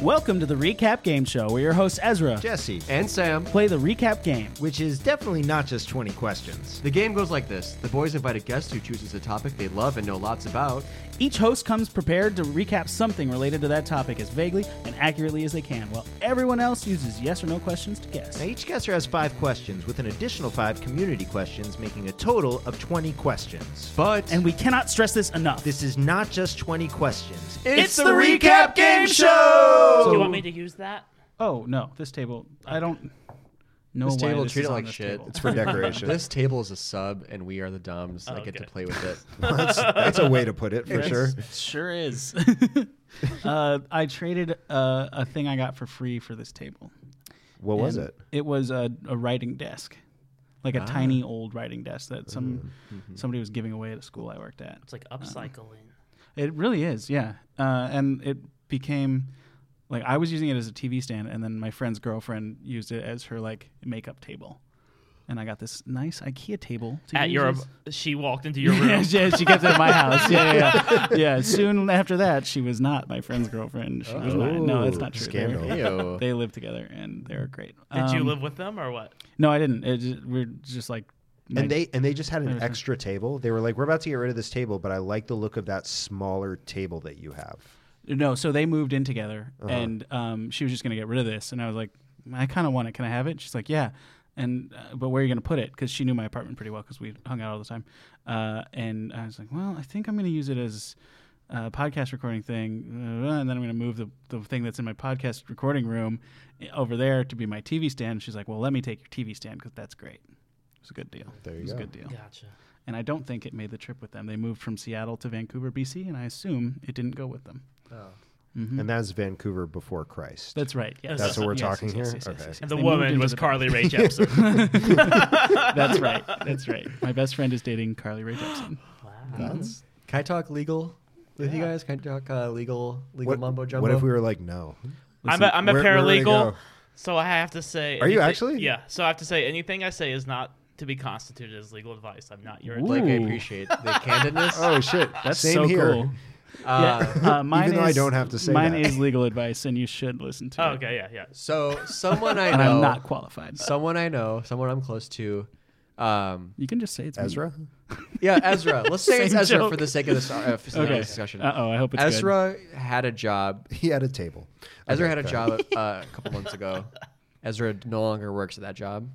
Welcome to the Recap Game Show, where your hosts Ezra Jesse, And Sam. play the recap game. which is definitely not just 20 questions. The game goes like this the boys invite a guest who chooses a topic they love and know lots about. Each host comes prepared to recap something related to that topic as vaguely and accurately as they can, while everyone else uses yes or no questions to guess. Now, each guesser has five questions, with an additional five community questions, making a total of 20 questions. But And we cannot stress this enough. This is not just 20 questions. It's the Recap Game Show! Do you want me to use that? oh no, this table. I don't know This why table, this treat is it on like this shit. table. It's for decoration. this table is a sub, and we are the dumbs. and I Oh, get to good. play with it. that's, that's a way to put it for sure. It sure is. uh, I traded uh, a thing I got for free for this table. What was And it? It was a, a writing desk, like a Ah. tiny old writing desk that some Mm-hmm. somebody was giving away at a school I worked at. Mm-hmm. It's like upcycling. It really is, yeah. Uh, and it became like I was using it as a TV stand, and then my friend's girlfriend used it as her like makeup table, and I got this nice IKEA table to At use your, as- she walked into your yeah, room. she, she kept it at my house. Yeah, yeah, yeah. Yeah, Soon after that, she was not my friend's girlfriend. She was mine. No, that's not true. They were- scandal. Ew. They live together and they're great. Did you Um, live with them or what? No, I didn't. It just, we're just like. my- And they and they just had an Mm-hmm. Understand. extra table. They were like, "We're about to get rid of this table, but I like the look of that smaller table that you have." no, so they moved in together, Uh-huh. and um, she was just gonna get rid of this, and I was like, I kind of want it. Can I have it? She's like, Yeah. And uh, but where are you gonna put it? Because she knew my apartment pretty well because we hung out all the time. Uh, and I was like, Well, I think I'm gonna use it as a podcast recording thing, uh, and then I'm gonna move the the thing that's in my podcast recording room eh, over there to be my TV stand. She's like, Well, let me take your TV stand because that's great. It was a good deal. There you it was go. a good deal. Gotcha. and I don't think it made the trip with them. They moved from Seattle to Vancouver, BC, and I assume it didn't go with them. Mm-hmm. And that's Vancouver before Christ. That's right. Yes. That's what we're Yes, talking yes, yes, yes, here? yes, Okay. yes, yes. And the They moved woman into was the- Carly Rae Jepsen. That's right. That's right. My best friend is dating Carly Rae Jepsen. That's- Can I talk legal with you guys? Can I talk uh, legal legal what, mumbo jumbo? what if we were like, "No, I'm a, I'm a where- where do they paralegal, go? so I have to say. Are you anything- actually? Yeah. So I have to say anything I say is not to be constituted as legal advice. I'm not your. Ooh. like, I appreciate the candidness. oh shit, That's same so here." cool. Uh, yeah. Uh, mine Even though I is- don't have to say mine that. is legal advice, and you should listen to Oh, it. okay. Yeah. Yeah. So someone I know, And I'm not qualified. someone I know, someone I'm close to. Um, You can just say it's me. Ezra, yeah, Ezra. Let's say it's Same Ezra joke. for the sake of this, uh, for the sake of Okay. this discussion. Uh oh, I hope it's good. Ezra had a job. he had a table. Ezra Okay, had a go ahead. job uh, a couple months ago. Ezra no longer works at that job.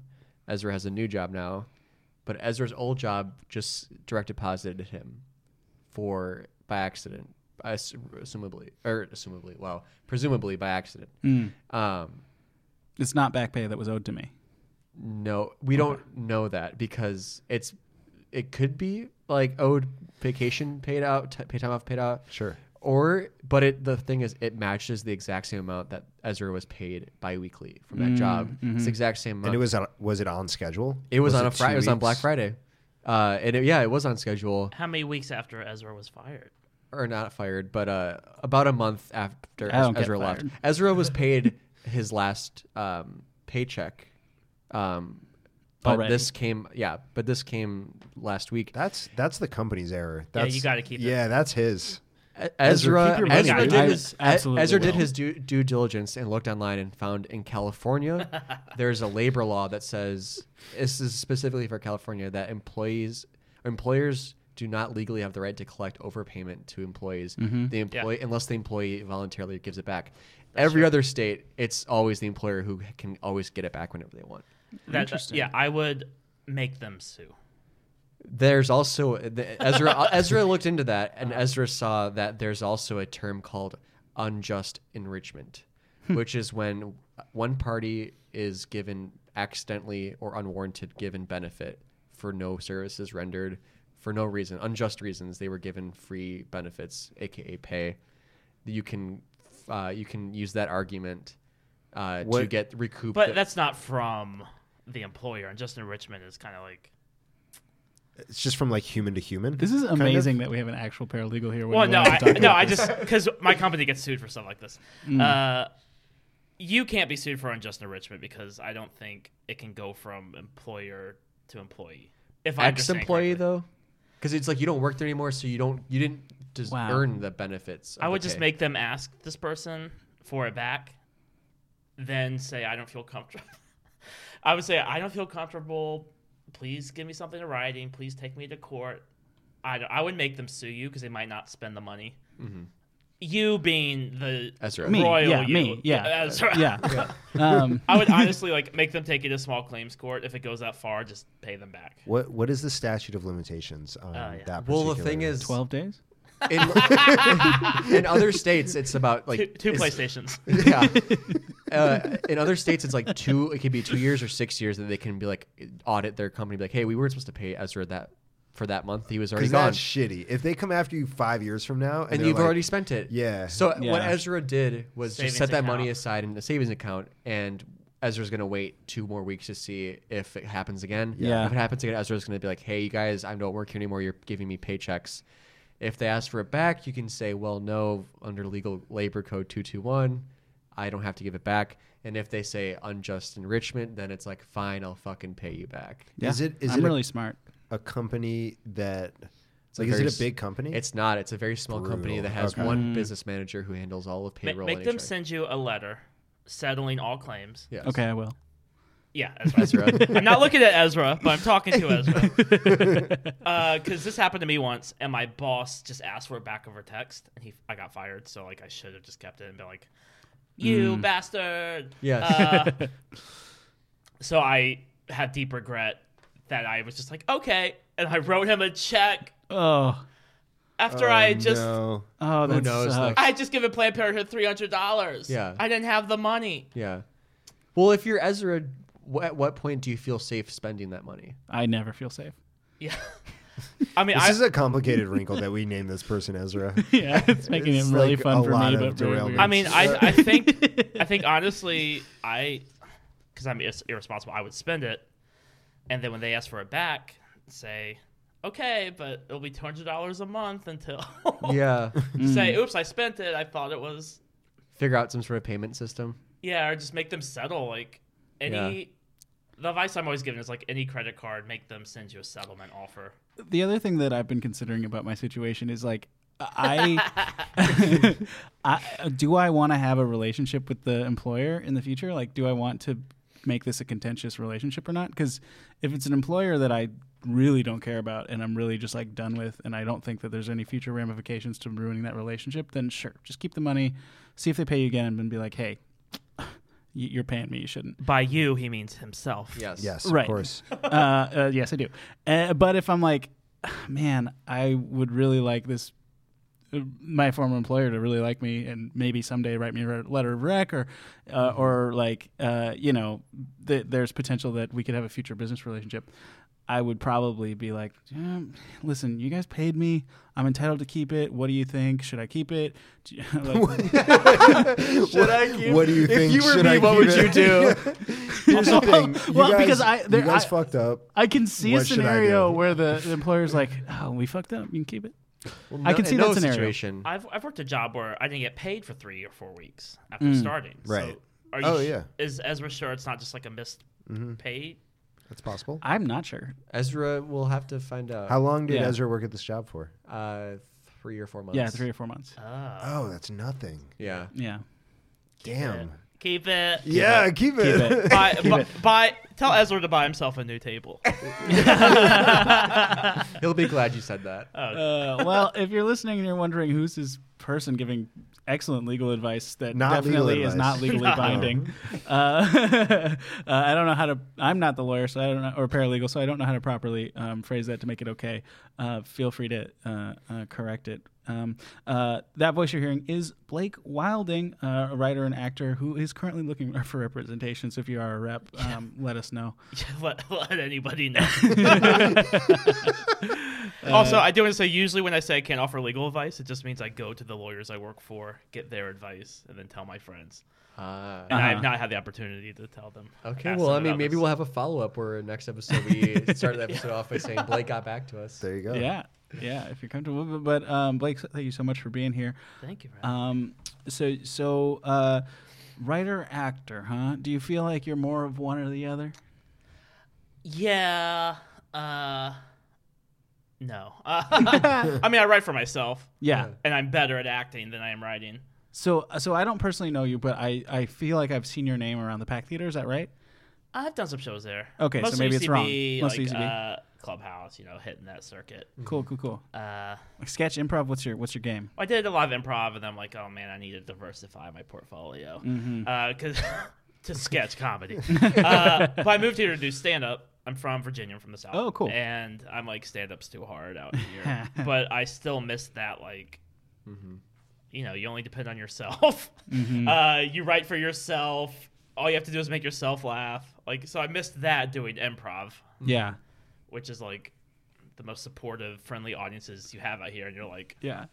Ezra has a new job now, but Ezra's old job just direct deposited him for by accident, I ass- assumably or assumably, wow, presumably by accident. Hmm. Um, It's not back pay that was owed to me. No, we don't know that because it's it could be like owed vacation paid out, t- pay time off paid out. Sure. Or but it the thing is it matches the exact same amount that Ezra was paid biweekly from that job. It's the exact same amount. and it was on, was it on schedule? it was, on a two Friday. It was on weeks? Black Friday. Uh, and it, yeah, it was on schedule How many weeks after Ezra was fired? or not fired, but uh, about a month after I don't Ez- get Ezra left, fired. Ezra was paid his last um, paycheck. Um, but Already. this came, yeah, but this came last week. That's that's the company's error. That's, you gotta keep it. Yeah, that's his. E- Ezra, Ezra keep your money, Ezra dude. did I his E- absolutely Ezra did will. his due, due diligence and looked online and found in California there's a labor law that says this is specifically for California that employees employers do not legally have the right to collect overpayment to employees Mm-hmm. the employee unless the employee voluntarily gives it back. Every other state, it's always the employer who can always get it back whenever they want. That, Interesting. yeah, I would make them sue. There's also the, Ezra. Ezra looked into that, and Ezra saw that there's also a term called unjust enrichment, Hmm. which is when one party is given accidentally or unwarranted given benefit for no services rendered, for no reason, unjust reasons. They were given free benefits, aka pay. You can, uh, you can use that argument uh, to What- get recoup. But the- that's not from the employer, and just enrichment is kind of like. It's just from like human to human. This is kind of. amazing that we have an actual paralegal here. when Well, we no, wanted to I, talk no, about I this. Mm. just because my company gets sued for stuff like this. Uh, you can't be sued for unjust enrichment because I don't think it can go from employer to employee. If I understand ex-employee correctly. though because it's like you don't work there anymore so you don't you didn't des- Wow. earn the benefits of I the would just pay. make them ask this person for it back than say I don't feel comfortable. I would say I don't feel comfortable. Please give me something in writing. Please take me to court. I don't- I would make them sue you because they might not spend the money. You being the Ezra. Me, royal yeah, you. me, yeah. uh, That's right. yeah. Um, I would honestly like make them take it to small claims court if it goes that far. Just pay them back. What what is the statute of limitations on Uh, yeah. that? Well, the particular- thing is, Twelve days. in, in other states, it's about like Two, two it's- PlayStations. Yeah. Uh, in other states, it's like two. It could be two years or six years that they can be like audit their company, be like, "Hey, we weren't supposed to pay Ezra that for that month. He was already because gone, that's shitty. If they come after you five years from now, and, and they're you've like, already spent it." yeah. So what Yeah. Ezra did was Savings just set that account. money aside in a savings account, and Ezra's gonna wait two more weeks to see if it happens again. Yeah. If it happens again, Ezra's gonna be like, "Hey, you guys, I don't work here anymore. You're giving me paychecks." If they ask for it back, you can say, "Well, no, under legal labor code two two one, I don't have to give it back." And if they say unjust enrichment, then it's like, "Fine, I'll fucking pay you back." Yeah. Is it- is I'm it a- really smart. a company that a like is very it s- a big company? It's not. It's a very small company Brutal. that has Okay. one business manager who handles all of Mm. Ma- payroll. make and them HR. send you a letter settling all claims. Yes. Okay, I will. Yeah, Ezra. Ezra. I'm not looking at Ezra, but I'm talking to Ezra. Because this happened to me once, and my boss just asked for it back over text, and he I got fired. So like I should have just kept it and been like, "You bastard!" Yes. Uh, so I have deep regret that I was just like, "Okay," and I wrote him a check Oh, after I Um, had just no. oh, that knows, sucks. like- I had just given Planned Parenthood three hundred dollars. Yeah. I didn't have the money. Yeah. Well, if you're Ezra, wh- at what point do you feel safe spending that money? I never feel safe. Yeah. I mean, This I, is a complicated wrinkle that we named this person Ezra. Yeah, it's making It's it really like fun a for lot me, of but really derailments. weird. I mean, I, I think I think honestly, I because I'm irres- irresponsible, I would spend it, and then when they ask for it back, say, okay, but it'll be two hundred dollars a month until Yeah. Just say, oops, I spent it. I thought it was Figure out some sort of payment system. yeah, or just make them settle like any. The advice I'm always given is like any credit card, make them send you a settlement offer. the other thing that I've been considering about my situation is like I, I do I want to have a relationship with the employer in the future? Like, do I want to make this a contentious relationship or not? Because if it's an employer that I really don't care about and I'm really just like done with, and I don't think that there's any future ramifications to ruining that relationship, then sure, just keep the money, see if they pay you again, and be like, hey, y- you're paying me, you shouldn't. By you, he means himself. Yes. Yes, Right. of course. uh, uh, yes, I do. Uh, but if I'm like, man, I would really like this, uh, my former employer to really like me, and maybe someday write me a letter of rec, or, uh, Mm-hmm. or like, uh, you know, th- there's potential that we could have a future business relationship. I would probably be like, um, listen, you guys paid me. I'm entitled to keep it. What do you think? Should I keep it? Do you- like, Should I What do you think? Should I keep it? do? Here's the thing. You Well, guys, because I- there- you guys I- fucked up. I can see a What should I scenario do? where the the employer's like, oh, we fucked up. You can keep it. Well, I can see no that scenario. situation. I've I've worked a job where I didn't get paid for three or four weeks after starting. Right. So are you Mm. Oh, sh- yeah. Is Ezra sure it's not just like a missed pay? That's possible. I'm not sure. Ezra will have to find out. How long did Yeah. Ezra work at this job for? Uh, three or four months. Yeah, three or four months. Ah, Oh, that's nothing. Yeah. Yeah. Damn. Keep it. Yeah, keep it. Keep it. Buy, Keep bu- it. buy- tell Ezra to buy himself a new table. He'll be glad you said that. Uh, well, if you're listening and you're wondering who's this person giving excellent legal advice that Not legal definitely is not advice. legally No. binding, uh, uh, I don't know how to. I'm not the lawyer, so I don't know, or paralegal, so I don't know how to properly um, phrase that to make it okay. Uh, feel free to uh, uh, correct it. Um, uh, that voice you're hearing is Blake Wilding, uh, a writer and actor who is currently looking for representation. So if you are a rep, um, let us know. let, let anybody know. Uh, also, I do want to say usually when I say I can't offer legal advice, it just means I go to the lawyers I work for, get their advice, and then tell my friends. Uh, And I Uh-huh. have not had the opportunity to tell them. okay. Ask Well, I them mean, about maybe this. we'll have a follow up where next episode we start the episode off by saying Blake got back to us. There you go. Yeah, yeah, if you're comfortable. But but, um, Blake, thank you so much for being here. Thank you. For Um, so so uh, writer actor, huh? Do you feel like you're more of one or the other? Yeah. Uh, no. I mean, I write for myself, Yeah. and I'm better at acting than I am writing. So uh, so I don't personally know you, but I I feel like I've seen your name around the Pack Theater. Is that right? Mm-hmm. I've done some shows there. Okay, so Mostly maybe UCB, it's wrong. Like, Mostly UCB. Uh, Clubhouse, you know, hitting that circuit. Mm. Cool, cool, cool. Uh, Like sketch improv. What's your what's your game? I did a lot of improv, and I'm like, oh man, I need to diversify my portfolio Mm-hmm. because to sketch comedy. uh, but I moved here to do stand up. I'm from Virginia. I'm from the south. Oh, cool. And I'm like, stand up's too hard out here. but I still miss that like Mm-hmm. you know, you only depend on yourself. Mm-hmm. Uh, you write for yourself. All you have to do is make yourself laugh. Like, so I missed that doing improv, Yeah, which is like the most supportive, friendly audiences you have out here. And you're like, yeah.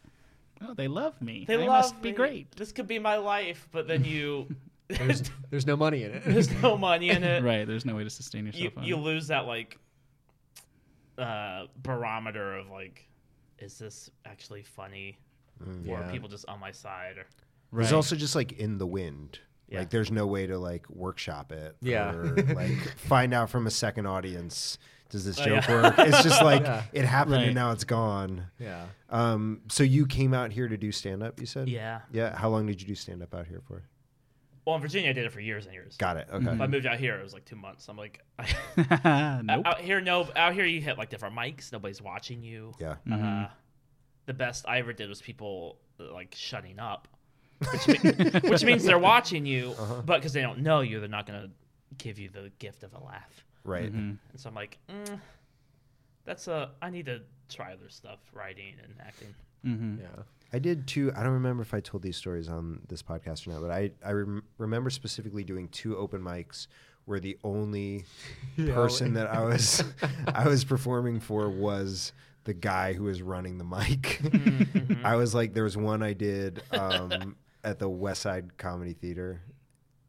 Oh, they love me. they, They, love must be me. great. This could be my life, but then you, There's, there's no money in it. there's no money in it. Right. There's no way to sustain yourself. You, on you it. lose that like uh, barometer of like, is this actually funny? or are Yeah. people just on my side? Or There's also just like in the wind. Yeah. Like there's no way to like workshop it. Yeah. Or like find out from a second audience does this Oh, joke yeah. work? It's just like Yeah. it happened Right. and now it's gone. Yeah. Um so you came out here to do stand up, you said? yeah. Yeah. How long did you do stand up out here for? Well, in Virginia, I did it for years and years. Got it. Okay. If I moved out here, it was like two months. I'm like, nope. out here, no, out here you hit like different mics. Nobody's watching you. Yeah. Uh, the best I ever did was people uh, like shutting up, which, mean, which means they're watching you, but because they don't know you, they're not gonna give you the gift of a laugh. Right. Mm-hmm. And so I'm like, mm, that's a. I need to try other stuff, writing and acting. Yeah. I did two. I don't remember if I told these stories on this podcast or not, but I I rem- remember specifically doing two open mics where the only person that I was I was performing for was the guy who was running the mic. I was like, there was one I did um, at the West Side Comedy Theater,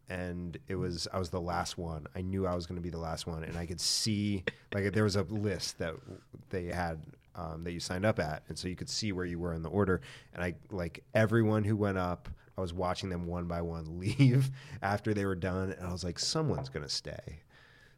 and it was I was the last one. I knew I was going to be the last one, and I could see like there was a list that they had um, that you signed up at, and so you could see where you were in the order. And I like everyone who went up. I was watching them one by one leave after they were done, and I was like, someone's going to stay.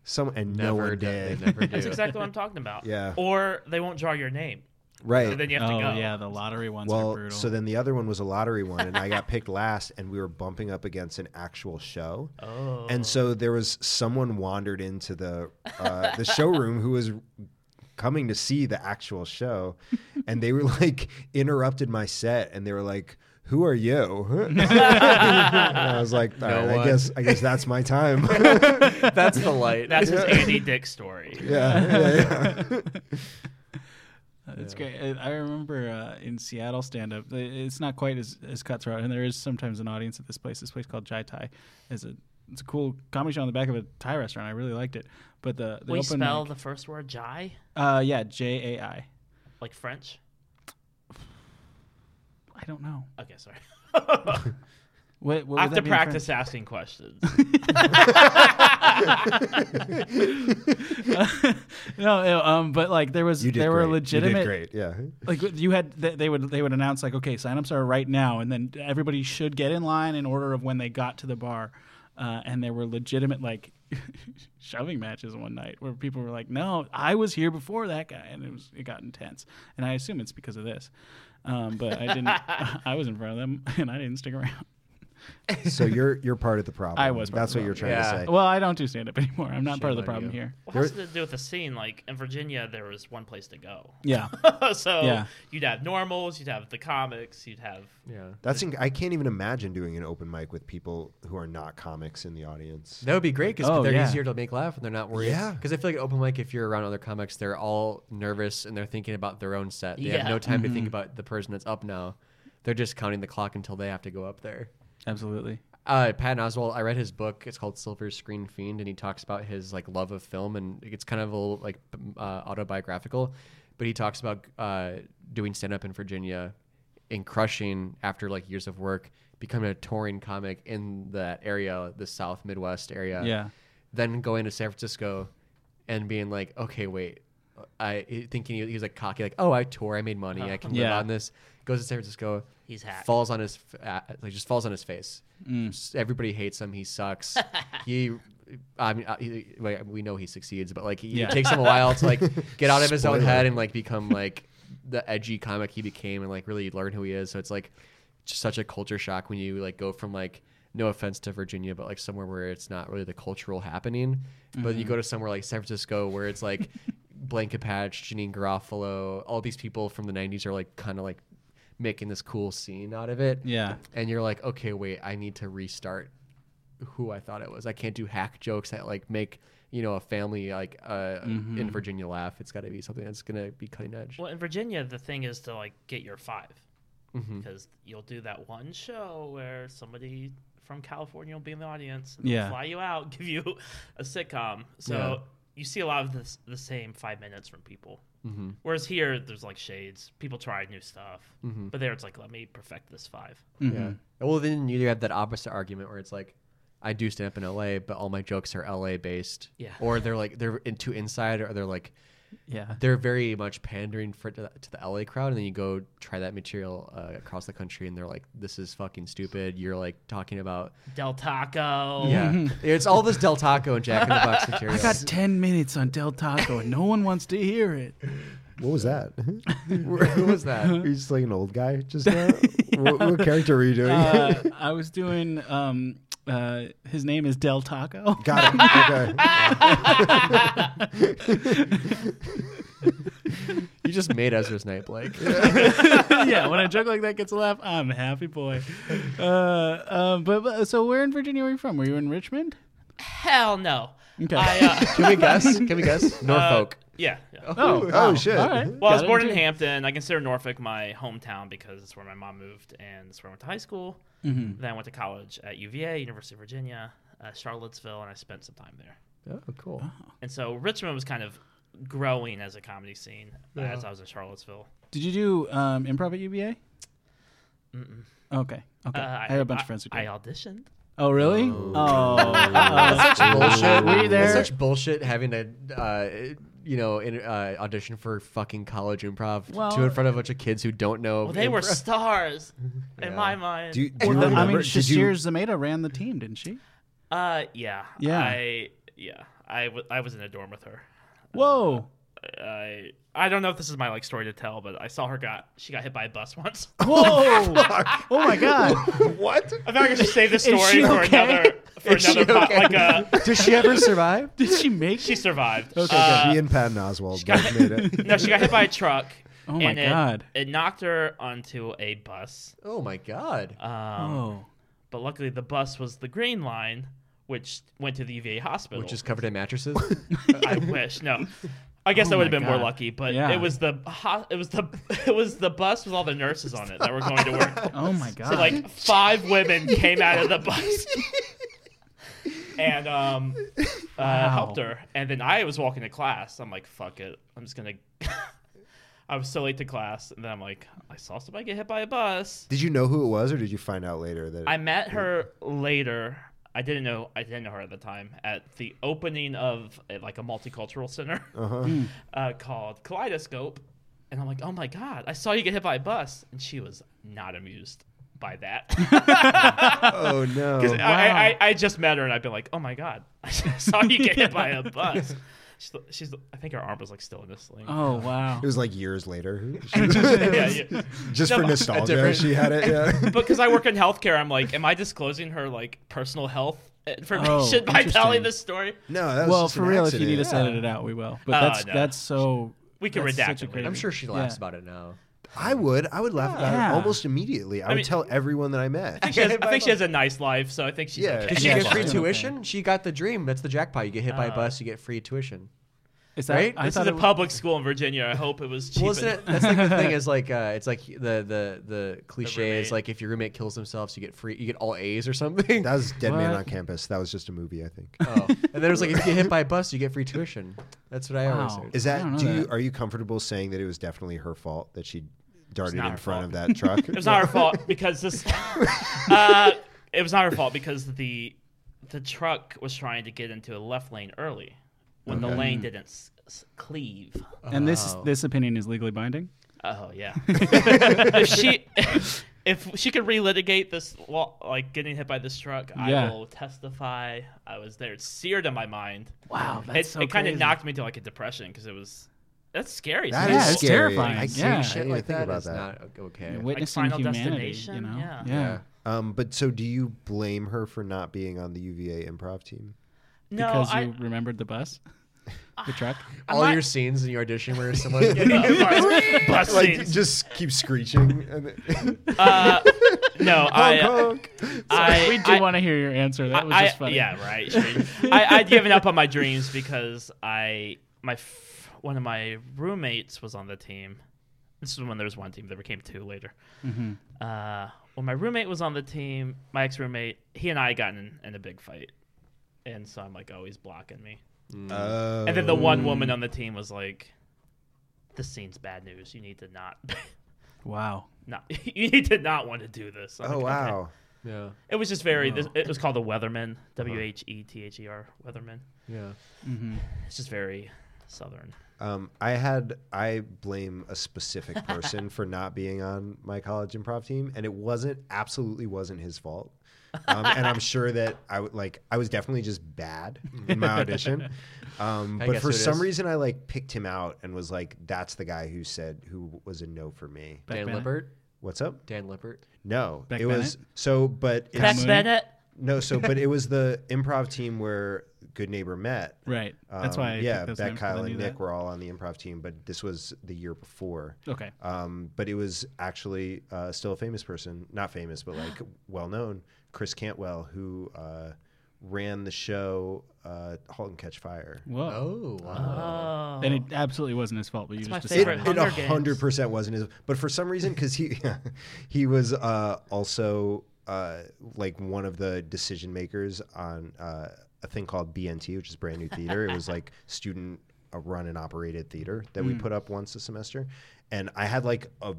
Some and no Never one do- they did. never That's do. exactly what I'm talking about. Yeah. Or they won't draw your name, right. so then you have Oh to go. yeah, the lottery ones are Well, brutal. so then the other one was a lottery one, and I got picked last, and we were bumping up against an actual show. Oh. And so there was someone wandered into the uh, the showroom who was coming to see the actual show, and they were like interrupted my set, and they were like, "Who are you?" and I was like, "All No right, I one. guess I guess that's my time." That's the light. That's his Andy Dick story. yeah, yeah, yeah. It's great. I I remember uh, in Seattle stand up, it's not quite as, as cutthroat, and there is sometimes an audience at this place. This place called Jai Thai is a it's a cool comedy show on the back of a Thai restaurant. I really liked it. But the, the We open spell mic- the first word jai uh yeah J A I. like French. I don't know. Okay, sorry. What, what would I have that to be in French? practice asking questions. no, no, um, but like there was You did there were great. legitimate You did great. Yeah. like you had they they would they would announce like okay signups are right now and then everybody should get in line in order of when they got to the bar uh, and there were legitimate like shoving matches one night where people were like no i was here before that guy and it was it got intense and i assume it's because of this um, but i didn't i was in front of them and i didn't stick around So you're you're part of the problem. I was part That's of what the you're trying problem. Yeah. to say. well i don't do stand up anymore i'm not part of the on problem you. here What has to do with the scene? Like in Virginia, there was one place to go. yeah so Yeah. you'd have normals, you'd have the comics, you'd have. Yeah. That's inc- I can't even imagine doing an open mic with people who are not comics in the audience. That would be great because Oh, they're yeah. easier to make laugh and they're not worried. Yeah. Because I feel like open mic, if you're around other comics, they're all nervous and they're thinking about their own set. They have Yeah. no time to Mm-hmm. think about the person that's up now. They're just counting the clock until they have to go up there. absolutely Uh, Patton Oswald, I read his book. It's called Silver Screen Fiend, and he talks about his like love of film, and it's kind of a little like b- uh, autobiographical. But he talks about uh, doing stand up in Virginia, and crushing after like years of work, becoming a touring comic in that area, the South Midwest area. Yeah. Then going to San Francisco, and being like, okay, wait, I he- thinking he, he was like cocky, like, oh, I tour, I made money, I can live Uh-huh. Yeah. on this. Goes to San Francisco, He's hacked. falls on his f- uh, like just falls on his face. S- Everybody hates him. He sucks. he, I mean, uh, he, like, we know he succeeds, but like he, Yeah. it takes him a while to like get out of his own head and like become like the edgy comic he became and like really learn who he is. So it's like just such a culture shock when you like go from like no offense to Virginia, but like somewhere where it's not really the cultural happening. But you go to somewhere like San Francisco where it's like Blanket Patch, Janine Garofalo, all these people from the '90s are like kind of like making this cool scene out of it. Yeah. And you're like, okay, wait, I need to restart who I thought it was. I can't do hack jokes that like make you know a family like uh, in Virginia laugh. It's got to be something that's gonna be cutting edge. Well, in Virginia, the thing is to like get your 5 Mhm. because you'll do that one show where somebody from California will be in the audience, and Yeah. they'll fly you out, give you a sitcom. So Yeah. you see a lot of this the same five minutes from people. Mm-hmm. Whereas here, there's like shades. People try new stuff, Mhm. but there it's like, let me perfect this five. Mm-hmm. Yeah. Well, then you have that opposite argument where it's like, I do stand up in LA, but all my jokes are LA based. Yeah. Or they're like they're in too inside, or they're like Yeah. they're very much pandering for to the, to the LA crowd, and then you go try that material uh, across the country, and they're like, this is fucking stupid. You're like talking about Del Taco. yeah, it's all this Del Taco and Jack in the Box material. I got 10 minutes on Del Taco and no one wants to hear it. What was that? what was that? Are you just like an old guy just now? what, what character were you doing? Uh, I was doing, um, uh, his name is Del Taco. Got it. Okay. You just made Ezra's night, Blake. yeah, when a joke like that gets a laugh, I'm a happy boy. Uh, uh, but, but so where in Virginia were you from? Were you in Richmond? Hell no. Okay. I, uh, Can we guess? Can we guess? Uh, uh, Norfolk. yeah. yeah. oh, oh, shit. All right. Well, I was Got born it. in Hampton. I consider Norfolk my hometown because it's where my mom moved and it's where I went to high school. Mm-hmm. Then I went to college at UVA, University of Virginia, uh, Charlottesville, and I spent some time there. oh, cool. And so Richmond was kind of growing as a comedy scene uh, as I was in Charlottesville. Did you do um, improv at UVA? Mm-mm. Okay. Okay. Uh, I had a bunch of friends who did. I auditioned. oh, really? Oh. uh, That's such bullshit. Were you there? That's such bullshit having to, uh, you know, in, uh, audition for fucking college improv Well- to in front of a bunch of kids who don't know. Well, they were improv. stars in my mind. Do you, do Or you the- remember? I mean, did you- Shasir Zameda ran the team, didn't she? uh, yeah. Yeah. I, yeah. I, w- I was in a dorm with her. Whoa. I I don't know if this is my like story to tell, but I saw her got she got hit by a bus once. Whoa. oh, my God. what? I thought I could just save this Is story she for okay? another for Is she another po- okay? like uh, Did she ever survive? Did she make she survived. Okay, Uh, Me and Patton Oswald both made it. no, she got hit by a truck. Oh my and it- God. It, knocked her onto a bus. Oh my god. Um, Oh. But luckily, the bus was the Green Line, which went to the UVA hospital. Which is covered in mattresses. I wish no. I guess Oh I would have my been more God. lucky, but Yeah. it was the ho- it was the it was the bus with all the nurses on it that were going to work. Oh, my God. So like five women came out of the bus and um, uh, helped her. And then I was walking to class. I'm like, fuck it. I'm just gonna. I was so late to class, and then I'm like, I saw somebody get hit by a bus. Did you know who it was, or did you find out later that? I met her later. I didn't know. I didn't know her at the time. At the opening of uh, like a multicultural center uh-huh. uh, called Kaleidoscope, and I'm like, oh my god, I saw you get hit by a bus, and she was not amused by that. Oh no. Because I, I, I just met her and I've been like, oh my god, I saw you get hit by a bus. She's, she's, I think her arm was like still in this sling. Oh, wow. It was like years later. yeah, yeah. just No, for but- nostalgia, different- she had it. Yeah. But because I work in healthcare, I'm like, am I disclosing her like personal health information by Oh, interesting. telling this story? no, that was Well, just for an real, if accident. you need us to edit it out, we will. But Oh, that's no. that's so. We can that's redact such a it great later. I'm sure she laughs Yeah. about it now. I would. I would laugh about Yeah. it almost immediately. I, would mean- tell everyone that I met. I think she has, I think she has a nice life, so I think she's Yeah. okay. Did Did she Yeah, get free she's doing okay. tuition? She got the dream. That's the jackpot. You get hit by a Uh, bus, you get free tuition. Is that? Right? I this thought is it a was- public school in Virginia. I hope it was cheap. Well, isn't it? That's like the thing is like uh, it's like the the the cliche is roommate. like if your roommate kills themselves, you get free. You get all A's or something. That was Dead Man What? on Campus. That was just a movie, I think. Oh. And then it was like, if you get hit by a bus, you get free tuition. That's what I always Wow. heard. Is I that don't know do you that. are you comfortable saying that it was definitely her fault that she darted not in her front fault. of that truck? It was not her fault because this. uh, it was not her fault because the the truck was trying to get into a left lane early when the Hmm. lane didn't s- s- cleave. And this this opinion is legally binding. Oh yeah. if she if she could relitigate this law, like getting hit by this truck, Yeah. I will testify. I was there. It's seared in my mind. Wow, It's it kind of knocked me to like a depression because it was That's scary. That yeah, is it's scary. terrifying. I Like, see yeah, shit. I Shit didn't like think that about is that. not o- okay. witnessing Final humanity. You Destination? know. Yeah. yeah. Um, but so do you blame her for not being on the UVA improv team? No, because I, you remembered the bus, the truck. I'm All not- your scenes in your audition were someone. Bus- bus Like scenes. just keep screeching. And Uh, no, I, I, we do I, want to hear your answer. That was I- just funny. Yeah, right. sure. I, I'd given up on my dreams because I my f- one of my roommates was on the team. This is when there was one team. There became two later. Mm-hmm. Uh, when my roommate was on the team, my ex roommate, he and I got in, in a big fight, and so I'm like, oh, he's blocking me. And then the one woman on the team was like, "This scene's bad news. You need to not." Wow. Not, you need to not want to do this. I'm Oh like, "Okay." wow. yeah, It was just very. This, Oh. it was called the Uh-huh. Weatherman. W H E T H E R. Weatherman. yeah. hmm It's just very southern. Um, I had I blame a specific person for not being on my college improv team, and it wasn't absolutely wasn't his fault. Um, and I'm sure that I would like I was definitely just bad in my audition, um, I but guess for it some is. reason I like picked him out and was like, "That's the guy who said who was a no for me." Beck Dan Bennett? Lippert. What's up? Dan Lippert. No, Beck it was Bennett? so, but it's, Beck Mooney? Bennett. no, so but it was the improv team where Good Neighbor met. Right. That's Um, why. I yeah, picked those Beck, names, 'cause I Kyle, and knew Nick that. were all on the improv team, but this was the year before. Okay. Um, but it was actually uh, still a famous person, not famous, but like well known, Chris Cantwell, who uh, ran the show uh, *Halt and Catch Fire*. Whoa. Oh, Oh. And it absolutely wasn't his fault, but you That's my just It, decided. favorite. it Hunger Games. hundred percent wasn't his, but for some reason, because he he was uh, also uh, like one of the decision makers on uh, a thing called BNT, which is brand new theater. it was like student uh, run and operated theater that we Mm. put up once a semester, and I had like a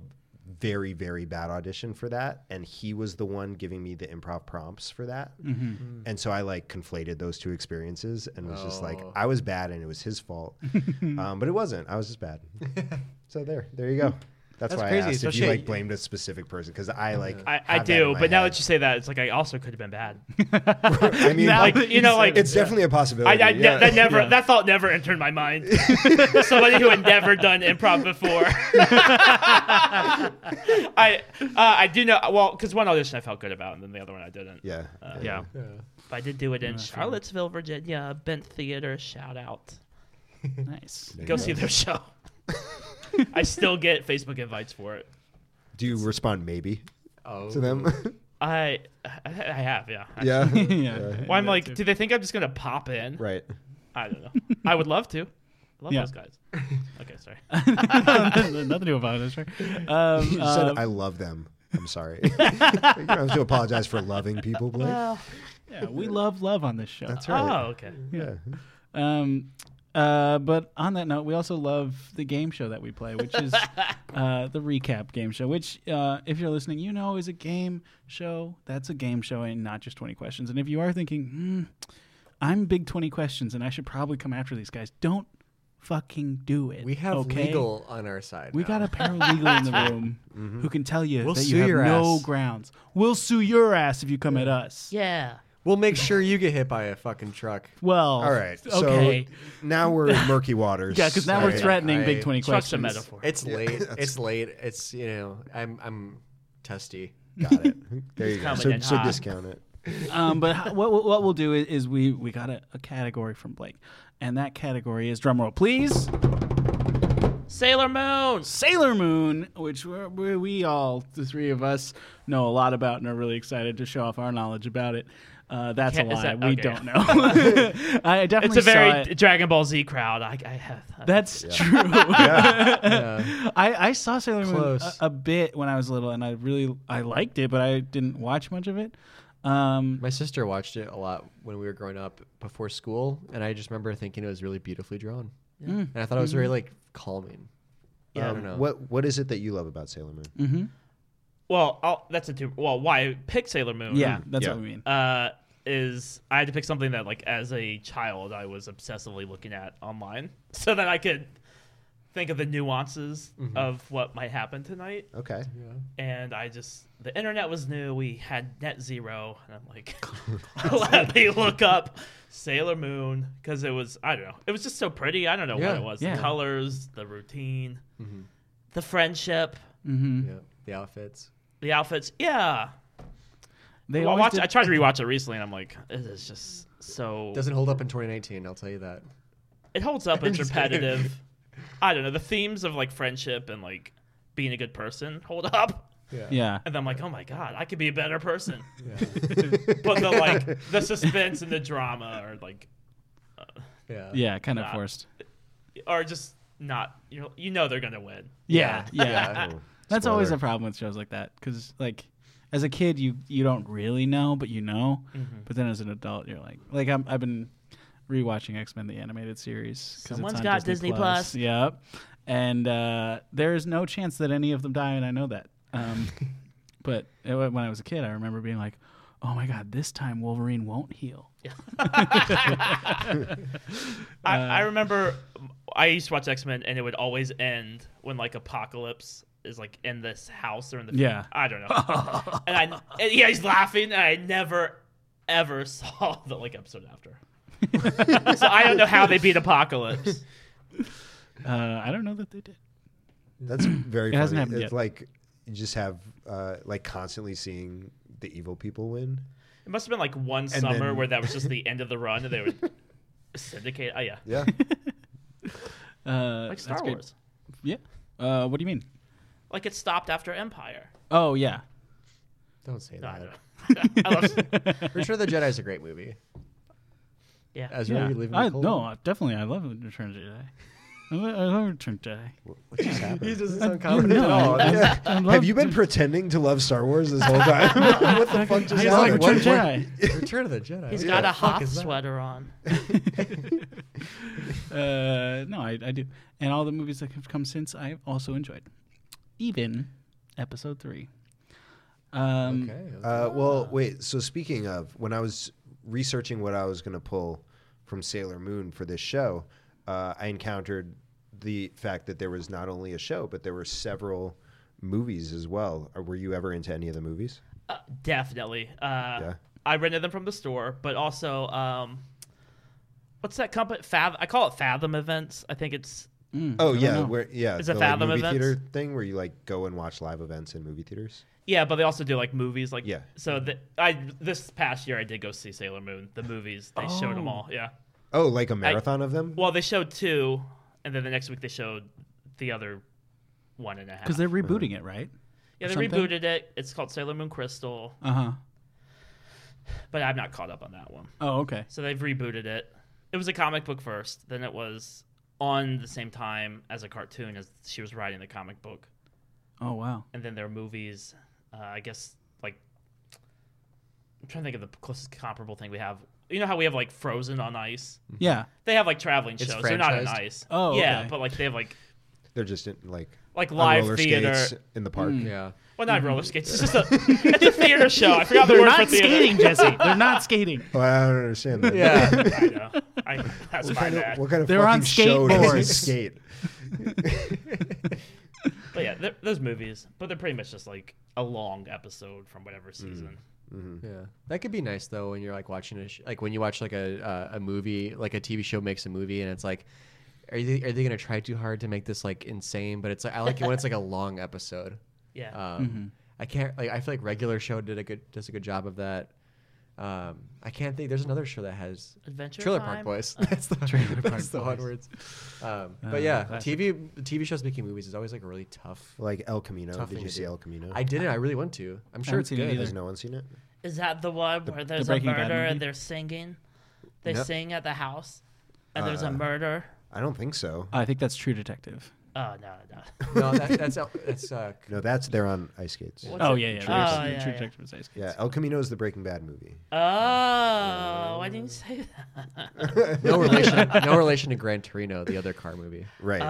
very very bad audition for that, and he was the one giving me the improv prompts for that, Mm-hmm. and so I like conflated those two experiences and was just like Oh. I was bad and it was his fault, um, but it wasn't. I was just bad. So there, there you go. That's, That's why crazy, I asked if you especially- like blamed a specific person because I like. I, I have that in do, my but now head. that you say that, it's like I also could have been bad. I mean, Now like, that you know, said like- it. it's definitely a I, I possibility. ne- Oh, yeah. that never Yeah. that thought never entered my mind. Somebody who had never done improv before. I uh, I do know well because one audition I felt good about and then the other one I didn't. Uh, yeah. yeah. But I did do it in sure. Charlottesville, Virginia, Bent Theater. Shout out. Nice. There you Go see their show. I still get Facebook invites for it. Do you respond maybe oh. to them? I I I have yeah. yeah. yeah. Well, I'm that like, too. do they think I'm just gonna pop in? Right. I don't know. I would love to. I love Yeah. those guys. Okay, sorry. nothing to do about it. Sure. Um, You uh, said I love them. I'm sorry. you don't have to apologize for loving people, Blake. yeah, we love love on this show. That's right. Oh, okay. yeah. Um, uh, but on that note, we also love the game show that we play, which is uh, the recap game show. Which, uh, if you're listening, you know is a game show. That's a game show, and not just 20 questions. And if you are thinking, hmm, I'm big 20 questions, and I should probably come after these guys, don't fucking do it. We have okay? legal on our side. We now. Mm-hmm. got a paralegal in the room who can tell you We'll that sue you have your no ass. grounds. We'll sue your ass if you come at us. Yeah. We'll make sure you get hit by a fucking truck. Well, All right. okay. So now we're in murky waters. yeah, because now we're Sorry. threatening I- big 20 Truck's questions. a metaphor. It's late. it's late. It's you know. I'm I'm testy. Got it. There you go. coming So, in so hot. discount it. um, but how, what what we'll do is, is we we got a, a category from Blake, and that category is drumroll please, Sailor Moon. Sailor Moon, which we're, we we all the three of us know a lot about and are really excited to show off our knowledge about it. Uh, that's Can't- a is lie. that- we okay. don't know. I definitely It's a saw very it. Dragon Ball Z crowd. I, I have. uh, That's true. I, I saw Sailor Moon Close. a, a bit when I was little, and I really I liked it, but I didn't watch much of it. Um, My sister watched it a lot when we were growing up before school, and I just remember thinking it was really beautifully drawn, and I thought it was very like calming. Yeah. I don't know. Um, What What is it that you love about Sailor Moon? mm-hmm. well, I'll, that's a two. Well, why I picked Sailor Moon? yeah, that's Yeah. what we mean. Uh, is I had to pick something that like as a child I was obsessively looking at online, so that I could think of the nuances Mhm. of what might happen tonight. Okay. And I just the internet was new. We had net zero, and I'm like, let me look up Sailor Moon because it was I don't know. It was just so pretty. I don't know Yeah, what it was. yeah. The colors, the routine, Mhm. the friendship, Mm-hmm. Yeah. The outfits. the outfits. Yeah. They Well, I always watched- did- I tried to rewatch it recently, and I'm like, it is just so. Doesn't hold up in 2019. I'll tell you that. it holds up. It's Just kidding. repetitive. I don't know. The themes of like friendship and like being a good person hold up. yeah. And I'm like, oh my god, I could be a better person. but the like the suspense and the drama are like, Yeah. Yeah, kind of Nah. forced. are just not. You know, you know they're gonna win. Yeah, yeah. Oh, That's spoiler. always a problem with shows like that because, like, as a kid, you you don't really know, but you know. Mm-hmm. But then as an adult, you're like, like I'm, I've been rewatching X Men the animated series. 'cause Someone's it's on got Disney Disney Plus. Yep. And uh, there is no chance that any of them die, and I know that. Um, but it, wa- when I was a kid, I remember being like, "Oh my god, this time Wolverine won't heal." I, Uh. I remember I used to watch X Men, and it would always end when like Apocalypse is like in this house or in the Yeah. I don't know. and I and, yeah, he's laughing, and I never ever saw the like episode after. so I don't know how they beat Apocalypse. Uh, I don't know that they did. That's very. It hasn't funny. happened it's yet. like you just have uh, like constantly seeing the evil people win. It must have been like one summer then- where that was just the end of the run, and they would syndicate. Oh yeah, Yeah. Uh, like that's Star great. Wars. Yeah. Uh, what do you mean? Like it stopped after Empire. Oh yeah. Don't say No, I that. don't know. I love- Return of the Jedi is a great movie. yeah. As Yeah. you leaving I, the cold? no, I- definitely. I love Return of the Jedi. I lo- I love Return of the Jedi. What just happened? He doesn't I- sound you confident know, at all. I- Yeah. I love- Have you been pretending to love Star Wars this whole time? what the fuck just I love Return happened? of the what- Jedi. Return of the Jedi. He's What got the a fuck Hoth is that? sweater on. Uh, no, I, I do. And all the movies that have come since, I've also enjoyed. Even episode three. Um, Okay. Uh, well, wait. So speaking of, when I was researching what I was going to pull from Sailor Moon for this show, uh, I encountered the fact that there was not only a show, but there were several movies as well. Uh, Were you ever into any of the movies? Uh, definitely. Uh, Yeah. I rented them from the store, but also, um, what's that company? Fathom. I call it Fathom Events. I think it's mm, I Oh don't yeah, know. where yeah, Is it the, like, Fathom movie events? theater thing where you like go and watch live events in movie theaters. yeah, but they also do like movies. Like Yeah. So th- I this past year I did go see Sailor Moon. The movies they showed them Oh. all. Yeah. Oh, like a marathon of them. Well, they showed two, and then the next week they showed the other one and a half. Because they're rebooting it, right? yeah, they something? rebooted it. It's called Sailor Moon Crystal, Uh huh. but I'm not caught up on that one. Oh, okay. So they've rebooted it. It was a comic book first, then it was on the same time as a cartoon as she was writing the comic book, Oh, wow. and then there are movies. Uh, I guess like I'm trying to think of the closest comparable thing we have. You know how we have like Frozen on Ice? Mm-hmm. Yeah. They have like traveling It's shows. They're not on franchised? ice. Oh, yeah, okay. but like they have like They're just in like like on live roller theater. Hmm. skates in the park. Yeah. Well, not roller skates. It's just a it's a theater show. I forgot the They're word not for theater. skating, Jesse. They're not skating. Oh, I don't understand that. Yeah. I know. I, that's What my kind, of, bad. what kind of They're on fucking show does he skateboards. skate? But yeah, they're- those movies, but they're pretty much just like a long episode from whatever Mm. season. Yeah, that could be nice though when you're like watching a sh- like when you watch like a uh, a movie like a TV show makes a movie and it's like, are they are they gonna try too hard to make this like insane? But it's like I like it when it's like a long episode. Yeah. Um, Mm-hmm. I can't like I feel like regular show did a good does a good job of that. Um, I can't think. There's another show that has Adventure Trailer Time? Park Boys. that's the Trailer that's Park the hard Boys. words. Um, Uh, but yeah, classic. TV TV shows making movies is always like a really tough. Like El Camino. Tough Did thing you to see do. El Camino? I didn't. I really want to. I'm sure haven't it's seen it good. either. Has no one seen it? Is that the one where there's a Breaking Bad murder movie? and they're singing? They Yep. Uh, sing at the house, and there's a murder. I don't think so. I think that's True Detective. Oh no, no. No, that, that's that's uh, No, that's they're on ice skates. What's Oh, it? yeah, yeah. True True, Detective. True Yeah, Detective is ice skating. Yeah, El Camino is the Breaking Bad movie. Oh, why didn't you say that? no relation no relation to Gran Torino, the other car movie. Right. Oh,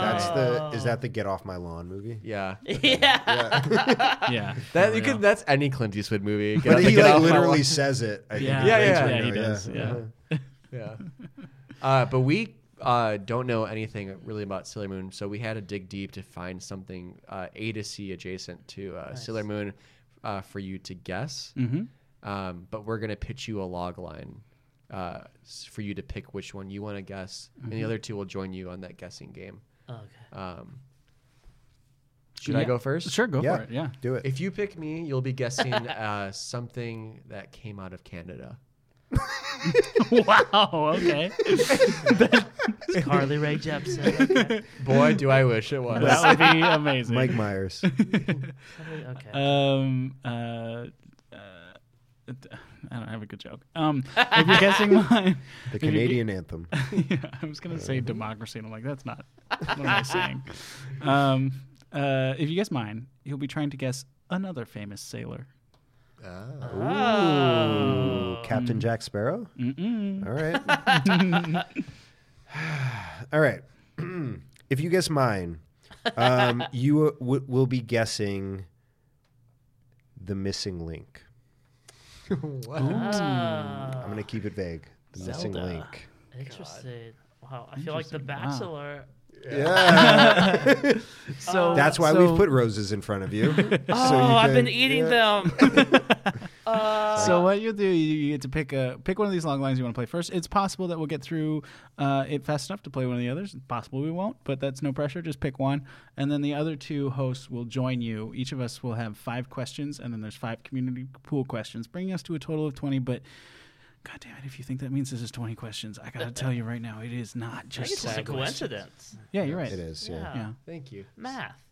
That's the is that the Get Off My Lawn movie? Yeah. yeah. Yeah. That for you real. could that's any Clint Eastwood movie. Get But off- he get like off my literally lawn. says it. I think, Yeah. in Yeah, Gran yeah. Yeah, he Torino, does. Yeah. Yeah. Uh, but we uh, don't know anything really about Sailor Moon, so we had to dig deep to find something uh, A to C adjacent to uh, Sailor Moon uh, for you to guess. Mm-hmm. Um, but we're gonna pitch you a log line uh, s- for you to pick which one you want to guess, Mm-hmm. and the other two will join you on that guessing game. Okay. Um, should I Yeah. go first? Sure, go yeah, for it. Yeah. do it. If you pick me, you'll be guessing uh, something that came out of Canada. wow. Okay. It's Carly Rae Jepsen. Okay. Boy, do I wish it was. that would be amazing. Mike Myers. Carly- okay. Um, uh, uh, I don't have a good joke. Um, if you're guessing mine, The if you're gu- Canadian anthem. yeah, I was gonna say democracy, and I'm like, that's not what am I saying. Um, uh, if you guess mine, he'll be trying to guess another famous sailor. Ooh, Captain Um, Jack Sparrow. Mm-mm. All right. All right. if you guess mine, um, you w- w- will be guessing the missing link. Ah, Uh, I'm going to keep it vague. The missing Zelda. link. interesting. Wow. I feel like The Interesting. Wow. Bachelor. Yeah. So That's why so- we've put roses in front of you. so you Oh, I've can- been eating yeah. them. Uh, So what you'll do, you you get to pick a pick one of these long lines you want to play first. It's possible that we'll get through uh, it fast enough to play one of the others. It's possible we won't, but that's no pressure. Just pick one, and then the other two hosts will join you. Each of us will have five questions, and then there's five community pool questions, bringing us to a total of twenty. But God damn it, if you think that means this is twenty questions, I gotta tell you right now, it is not I think just it's just a 20 questions. coincidence. Yeah, you're right. It is, yeah. Yeah. Thank you. Math.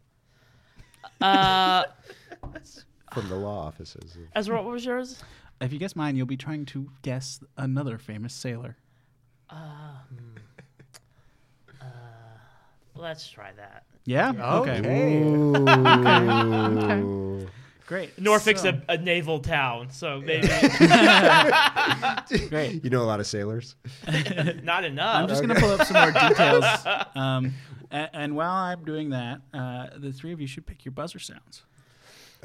Uh, From the law offices. Ezra, what was yours? If you guess mine, you'll be trying to guess another famous sailor. Um, uh, Let's try that. Yeah. Oh, Ooh. Great. Norfolk's So- a, a naval town, so maybe great. You know a lot of sailors. not enough. I'm just going to pull up some more details. Um, and, and while I'm doing that, uh, the three of you should pick your buzzer sounds.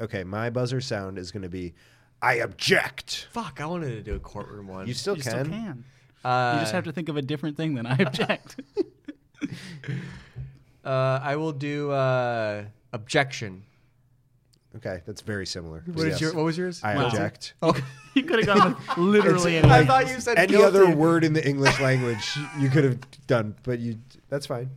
Okay, my buzzer sound is going to be I object. Fuck, I wanted to do a courtroom one. You still You can. still can. Uh, You just have to think of a different thing than I object. Uh, I will do uh, objection. Okay, that's very similar. What, Yes. is your, what was yours? Oh, I Wow. object. Okay. you could have gone with literally anything. I thought you said Any guilty. other word in the English language you could have done, but you that's fine.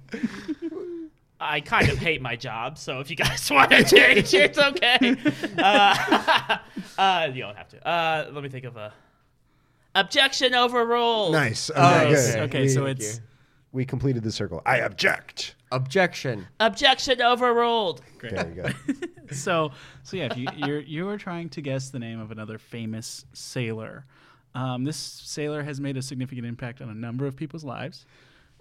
I kind of hate my job, so if you guys want to change, it's okay. Uh, uh, you don't have to. Uh, let me think of a objection overruled. Nice. Okay, Oh, good. okay. Okay, so Thank it's you. We completed the circle. I object. Objection. Objection overruled. There you go. so so yeah. If you you're you are trying to guess the name of another famous sailor. Um, this sailor has made a significant impact on a number of people's lives.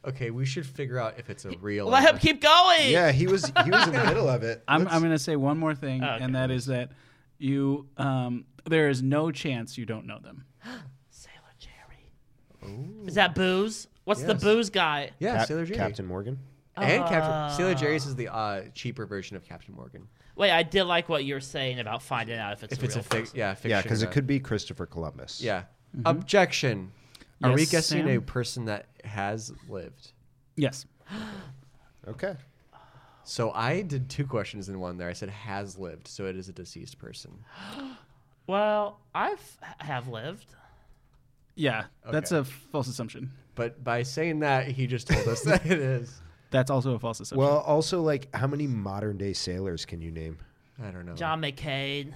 Okay, we should figure out if it's a real. Let him keep going. Yeah, he was he was in the middle of it. I'm, Let's- I'm going to say one more thing, and that is that you um, there is no chance you don't know them. Sailor Jerry. Is that booze? What's the Yes. booze guy? yeah, Cap- Sailor Jerry. Captain Morgan. And Captain Sailor Jerry's is the uh, cheaper version of Captain Morgan. Wait, I did like what you were saying about finding out if it's If a it's a real fic- person. yeah, fiction. Yeah, because uh, it could be Christopher Columbus. Yeah. Objection. Are we Mm-hmm. Yes, guessing Sam? a person that has lived? Yes. Okay. So I did two questions in one there. I said has lived, so it is a deceased person. Well, I've have lived. Yeah, that's Okay. a false assumption. But by saying that, he just told us that it is. That's also a false assumption. Well, also like how many modern day sailors can you name? I don't know. John McCain.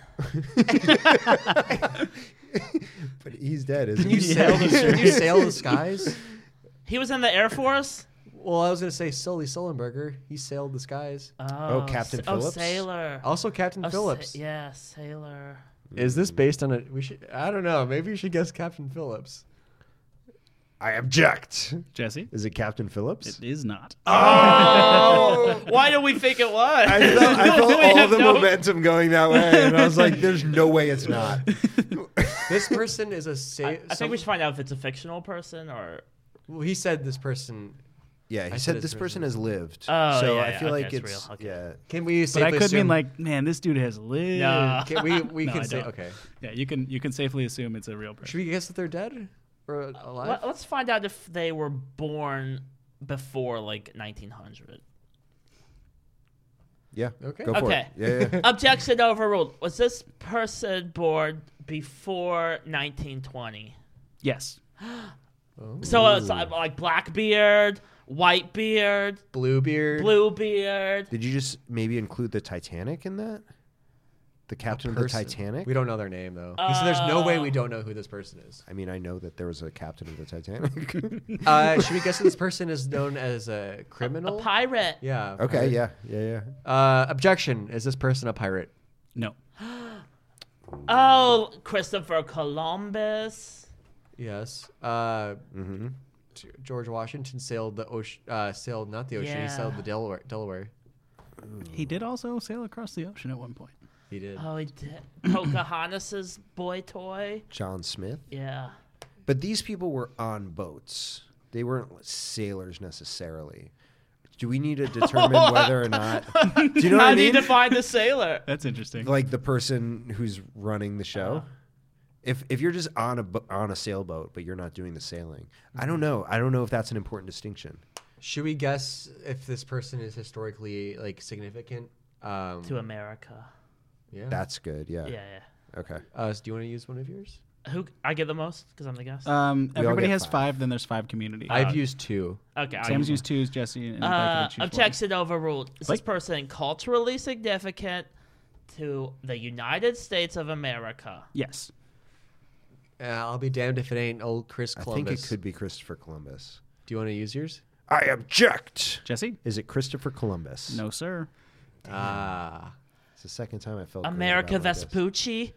But he's dead, isn't Can you he? sail the can you sail the skies? He was in the Air Force. Well, I was gonna say Sully Sullenberger. He sailed the skies. Oh, Captain sa- Phillips? Oh, sailor. Also, Captain Oh, sa- Phillips. yeah, sailor. Is this based on a? We should. I don't know. Maybe you should guess Captain Phillips. I object. Jesse, Is it Captain Phillips? it is not. Why do we think it was? I felt, I felt We all have the no- momentum going that way, and I was like, "There's no way it's not." This person is a. Sa- I think we should find out if it's a fictional person or. Well, he said this person. Yeah, he I said said this it's person risen. has lived. Oh, so yeah, I yeah, feel okay, like it's it's, real, okay. yeah. Can we? But I Safely could mean assume- like, man, this dude has lived. Nah. Can we? We No, can I say don't. okay. Yeah, you can you can safely assume it's a real person. Should we guess that they're dead or alive? Let, us find out if they were born before like 1900. Yeah. Okay. Go for Okay. it. Yeah, yeah. Objection overruled. Was this person born before 1920? Yes. So it's like, like Blackbeard, Whitebeard, Bluebeard. Bluebeard. Did you just maybe include the Titanic in that? The captain of the person. Titanic? We don't know their name though. Oh. so there's no way we don't know who this person is. I mean, I know that there was a captain of the Titanic. Uh, should we guess that this person is known as a criminal? A pirate. yeah. okay, pirate. yeah, yeah, yeah. Uh, objection: Is this person a pirate? No. Oh, Christopher Columbus. Yes. Uh, Mm-hmm. G- George Washington sailed the ocean. Uh, sailed not the ocean. He sailed Yeah. the Delaware. Delaware. He did also sail across the ocean at one point. He did. Oh, he did. Pocahontas's boy toy. John Smith. Yeah. But these people were on boats. They weren't sailors necessarily. Do we need to determine whether or not? Do you know what How I do you mean? define the sailor? That's interesting. like the person who's running the Uh-huh. show. If if you're just on a bo- on a sailboat, but you're not doing the sailing, I Mm-hmm. don't know. I don't know if that's an important distinction. Uh-huh. Should we guess if this person is historically like significant? Um, To America. yeah. That's good. Yeah. Yeah, yeah. Okay. Uh, so do you want to use one of yours? Who I get the most because I'm the guest. um, all everybody get has five. five. Then there's five community. I've used two. okay. I Sam's used twos. Jesse and Uh, Blake have to choose one. objection overruled. Is this Blake? person culturally significant to the United States of America? Yes. Uh, I'll be damned if it ain't old Chris I Columbus. think it could be Christopher Columbus. Do you want to use yours? I object. Jesse. Is it Christopher Columbus? No, sir. Ah. It's the second time I felt. great America about my guess. Vespucci?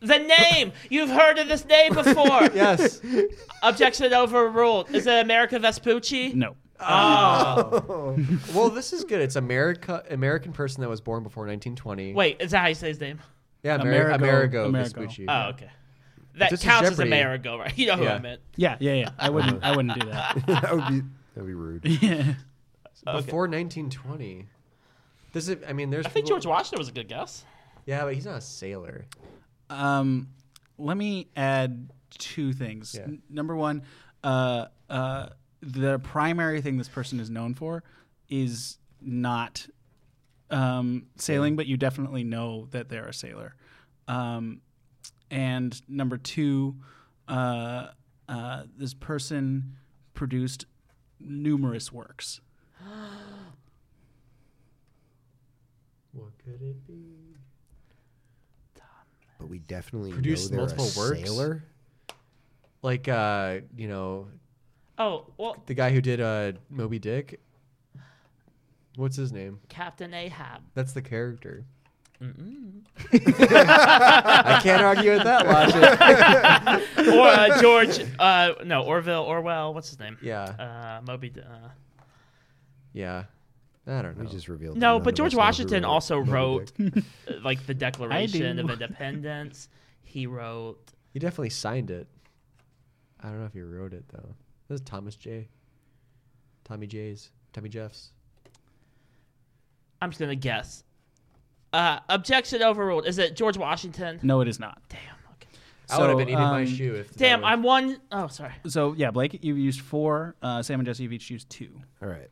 The name! You've heard of this name before! yes. Objection overruled. Is it America Vespucci? Oh. No. Well, this is good. It's America, American person that was born before 1920. Wait, is that how you say his name? yeah, Ameri- Amerigo- Amerigo, Amerigo. Vespucci. Oh, okay. That This is counts as Jeopardy. Amerigo, right? You know who Yeah. I meant. Yeah, yeah, yeah. I wouldn't. I wouldn't do that. that would be that would be rude. Yeah. Before 1920. This is. I mean, there's. Oh, I think people- George Washington was a good guess. Yeah, but he's not a sailor. Um, let me add two things. Yeah. N- number one, uh, uh, the primary thing this person is known for is not um, sailing, but you definitely know that they're a sailor. Um, and number two, uh, uh, this person produced numerous works. What could it be? But we definitely Produced know they're multiple a works? sailor. Like, uh, you know, Oh, well, the guy who did uh, Moby Dick. What's his name? Captain Ahab. That's the character. I can't argue with that logic. Or uh, George, uh, no, Orville, Orwell, what's his name? Yeah, Uh, Moby. D- Uh, yeah. I don't know. We just revealed. no, none but of George us know who Washington wrote also Moby wrote Dick. uh, like the Declaration do. of Independence. He wrote. He definitely signed it. I don't know if he wrote it though. This is Thomas J. Tommy J's. Tommy Jeff's. I'm just gonna guess. Uh, objection overruled. Is it George Washington? No, it is not. Damn. Okay. I would have been So, eating my um, shoe if. that Damn. was- I'm one oh sorry. So yeah, Blake, you've used four. Uh, Sam and Jesse, you've each used two. All right.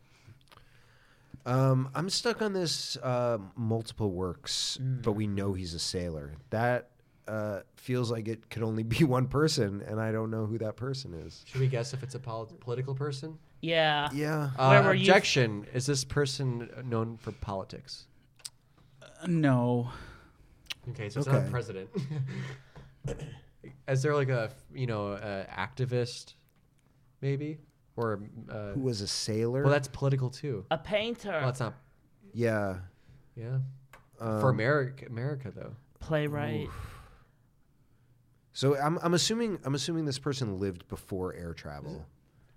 Um, I'm stuck on this uh, multiple works, but we know he's a sailor. That uh, feels like it could only be one person, and I don't know who that person is. Should we guess if it's a pol- political person? Yeah. Yeah. Uh, were you- objection: Is this person known for politics? Uh, no. Okay, so it's not a Okay. president. Is there like a you know a activist, maybe, or uh, who was a sailor? well that's political too. A painter. Well, that's not. yeah. Yeah, Um, for America, America though. playwright. so I'm, I'm assuming I'm assuming this person lived before air travel.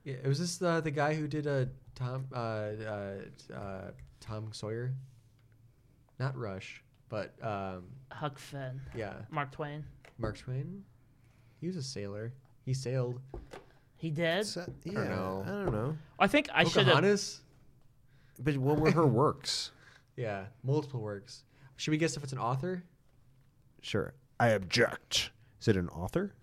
Yeah, was this uh, the the guy who did a Tom uh, uh, uh, Tom Sawyer? Not Rush, but um, Huck Finn. yeah, Mark Twain. Mark Twain. He was a sailor. He sailed. He did. So- yeah, know. I don't know. I think I should have. Pocahontas. But what were her works? Yeah, multiple works. Should we guess if it's an author? Sure. I object. Is it an author?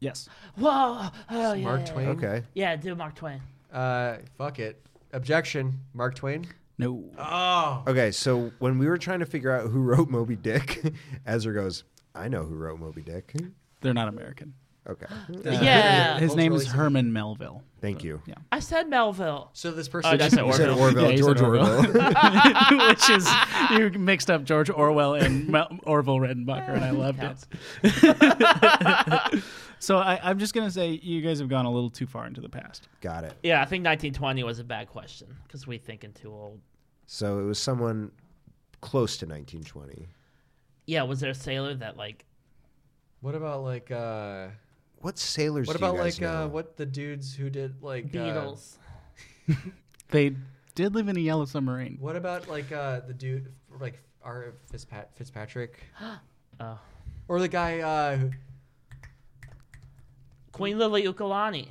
Yes. Whoa. Oh, yeah, Mark yeah, Twain. Okay. Yeah, do Mark Twain. Uh, fuck it. Objection. Mark Twain. No. Oh. Okay, so when we were trying to figure out who wrote Moby Dick, Ezra goes, "I know who wrote Moby Dick." They're not American. Okay, Yeah. His name is Culturally Herman Melville. thank you. Yeah. I said Melville. So this person. Oh, that's an You said Orville. Orville, Yeah, he said George Orville. Orville. Which is, you mixed up George Orwell and Mel- Orville Redenbacher, and I loved Counts. it. so I, I'm just going to say you guys have gone a little too far into the past. Got it. Yeah, I think 1920 was a bad question because we thinking too old. So it was someone close to 1920. Yeah, was there a sailor that like? What about like uh? What sailors? What do you about guys like uh? know? What the dudes who did like uh, Beatles. They did live in a yellow submarine. what about like uh the dude like R Fitzpat- Fitzpatrick Oh. or the guy uh who- Queen Lily Ukulani.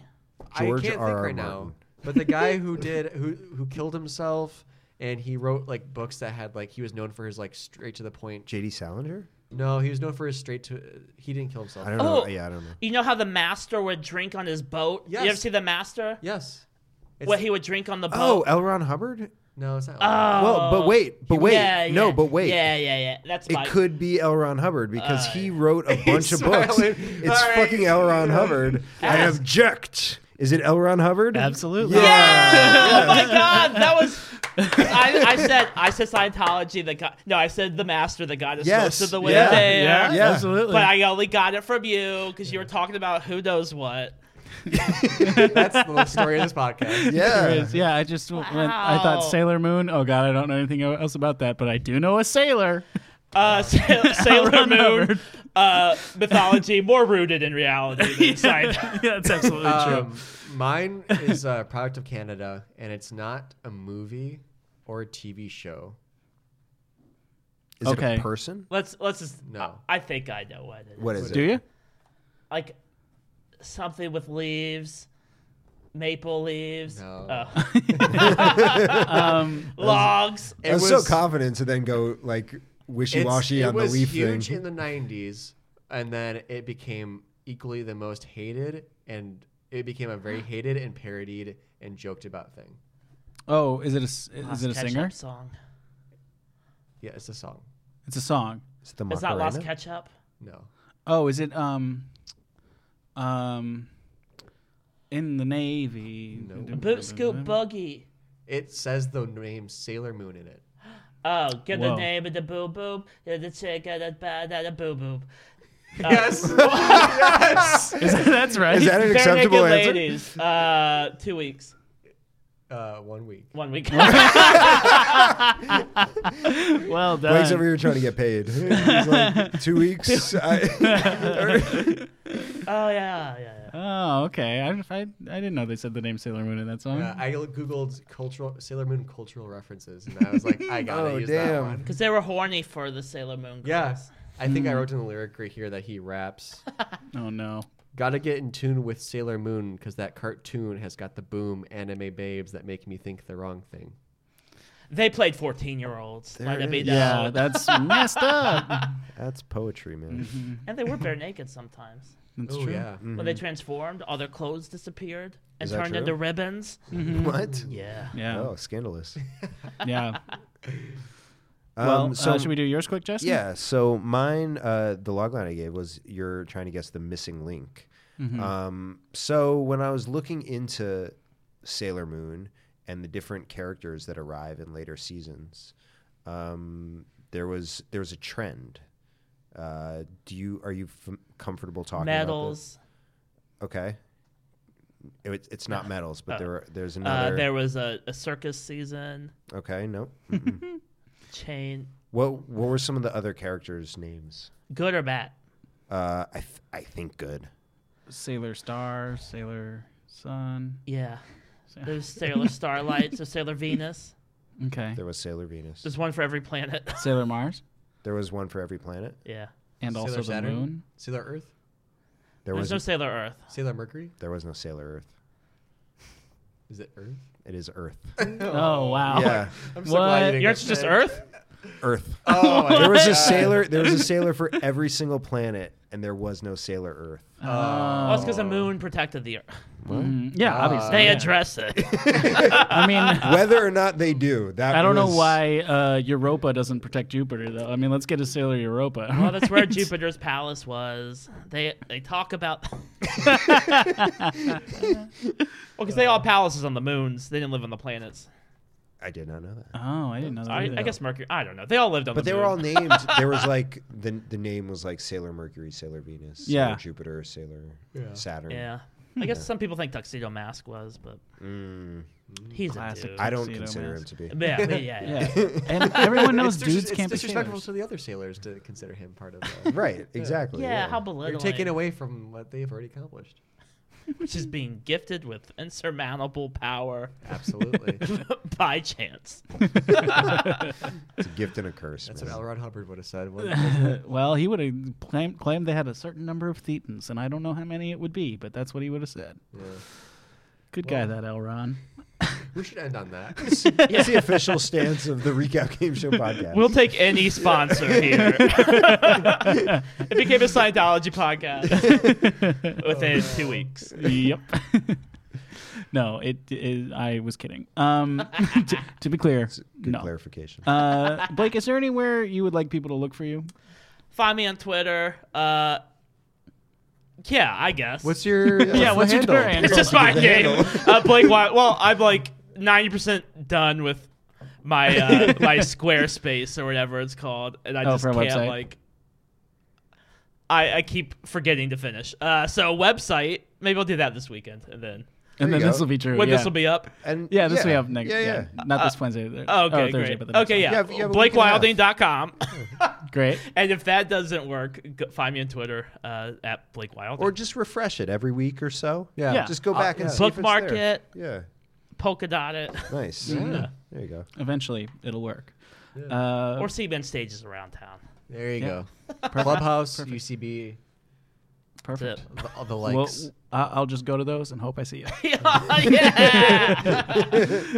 I George can't think R.R. right now. Martin. But the guy who did who who killed himself and he wrote like books that had like he was known for his like straight to the point. J.D. Salinger? No, he was known for his straight to he didn't kill himself. I don't Oh. know. Yeah, I don't know. You know how the master would drink on his boat? You ever Yes. see the master? Yes. It's- What he Oh. would drink on the Oh, boat? L. Ron Hubbard. No, it's not. Well, but wait, but wait, Yeah, no, yeah. but wait. Yeah, yeah, yeah. That's It my. could be L. Ron Hubbard because Uh, he wrote a bunch of books. silent. It's All right. fucking L. Ron Hubbard. I Ask. object. Is it L. Ron Hubbard? Absolutely. Yeah. oh my god, that was. I, I said I said Scientology. The god. No, I said the master. The goddess Yes, most of the way yeah, there. Yeah, Yeah. absolutely. But I only got it from you because you were talking about who knows what. That's the story of this There podcast. Yeah. is. Yeah, I just went, I Wow. thought Sailor Moon. Oh God, I don't know anything else about that, but I do know a sailor. Uh, Sailor, Sailor Ron Moon Hubbard. uh, mythology more rooted in reality than sci- yeah, that's absolutely Uh, Um, mine is a product of Canada, and it's not a movie or a TV show. Is it Okay. a person? Let's let's just. No. I, I think I know what it is. What is Do it? you? Like something with leaves, maple leaves, No. uh, Um, logs. I was, so confident to then go like wishy It's- washy it on the was leaf huge thing. in the 90s and then it became equally the most hated and it became a very hated and parodied and joked about thing oh, is it a s- is it a Lost Ketchup singer? song? yeah it's a song It's a song. It's the It's not Lost Macarena? Ketchup. no Oh, is it um um in the navy? No. Boot Mm-hmm. Scoop Boogie. it says the name sailor moon in it Oh, get the Whoa. name of the boo boo. Get the chick of the bad of the boo boo. yes Is that- that's right. Is that an Bare naked acceptable answer? ladies. Uh, two weeks. uh, one week One week. well done. Blake's over here trying to get paid. He's like, two weeks. I, Oh yeah, yeah, yeah. Oh, okay. I, I, I didn't know they said the name Sailor Moon in that song. uh, i googled cultural sailor moon cultural references and i was like i gotta Oh, use that damn. one Because they were horny for the Sailor Moon girls. yeah i think Hmm. i wrote in the lyric right here that he raps oh no. Gotta get in tune with Sailor Moon because that cartoon has got the boom anime babes that make me think the wrong thing. They played 14 year olds. Let it it be is. Yeah, known. that's messed up. that's poetry, man. And they were bare naked sometimes. That's Oh true. yeah, When they transformed, all their clothes disappeared and Mm-hmm. Is that turned true? into ribbons. What? Mm-hmm. Yeah. Yeah. Oh, scandalous. Yeah. Um, well, so uh, should we do yours quick, Justin? Yeah, so mine, uh, the log line I gave was you're trying to guess the missing link. Mm-hmm. Um, so when I was looking into Sailor Moon and the different characters that arrive in later seasons, um, there was there was a trend. Uh, do you are you f- comfortable talking Medals. about this? Okay, It was- it's not medals, but Uh, there are, there's Uh, another. there was a, a circus season. Okay, no. Chain. what what were some of the other characters' names? Good or bad? Uh, I th- I think good. Sailor Star, Sailor Sun. Yeah. There's Sailor Starlight, so Sailor Venus. Okay. There was Sailor Venus. There's one for every planet. Sailor Mars, There was one for every planet. yeah. and Sailor also the Saturn, moon. Sailor Earth, There There's was no Sailor Earth. Sailor Mercury. there was no Sailor Earth. Is it Earth? It is Earth. Oh wow. yeah. I'm What? Oh. didn't You're get just that. Earth? Earth. Oh, I- there was a sailor. There was a sailor for every single planet, and there was no sailor Earth. Well, it's because Oh. the moon protected the Earth. Mm, yeah, Ah. obviously. They yeah. address it. I mean, Uh, Whether or not they do, that I don't know was- why uh, Europa doesn't protect Jupiter though. I mean, let's get a sailor Europa. well, that's where Jupiter's palace was. They they talk about. well, because Uh. they all had palaces on the moons. They didn't live on the planets. I did not know that. Oh, I didn't know that. I, either. I guess Mercury. I don't know. They all lived on But the they moon. were all named. There was like the the name was like Sailor Mercury, Sailor Venus, Sailor Yeah. Jupiter, Sailor Saturn. Yeah. I guess some people think Tuxedo Mask was, but Mm, he's Classic. a dude. I don't Tuxedo consider him Mask. to be. Yeah, yeah, yeah. yeah. Yeah, and everyone knows it's dudes disres- can't it's be disrespectful sailors. to the other sailors to consider him part of. Uh, Right. Exactly. Yeah, how belittling. You're taking away from what they've already accomplished. Which is being gifted with insurmountable power Absolutely. by chance. It's a gift and a curse. That's what man. L. Ron Hubbard would have said. well, he would have claimed, claimed they had a certain number of Thetans, and I don't know how many it would be, but that's what he would have said. Good guy, that Elron. We should end on that. That's the official stance of the Recap Game Show podcast. We'll take any sponsor here. it became a Scientology podcast within two weeks. yep. no, it, it. I was kidding. Um, to, to be clear, Good no. clarification. Uh, Blake, is there anywhere you would like people to look for you? Find me on Twitter. Uh, yeah, I guess. What's your yeah? what's your Twitter handle? it's just my game. Uh, Blake, Wy- well, I'm like 90% done with my uh, my Squarespace or whatever it's called, and I Oh, just for a can't website? like. I, I keep forgetting to finish. Uh, so website, maybe I'll do that this weekend, and then and you then go. this will be true. when yeah. this will be up. and Yeah, this we have next. Yeah, Yeah, yeah. not this Wednesday. th- Oh, or okay, Thursday, great. but the next okay, one. yeah. Yeah, yeah, but we can have- BlakeWilding.com. great. and if that doesn't work, go, find me on Twitter uh, at Blake Wilding. or just refresh it every week or so. Uh, Yeah. Yeah. Just go back and yeah. see if it's Bookmark there. it. Yeah. polka dot it. Nice. Yeah. There you go. Eventually, it'll work. Uh, or see Ben stages around town. There you Yeah. go. Clubhouse, UCB, perfect. That's it. the, all the Well, likes. I- I'll just go to those and hope I see you. yeah.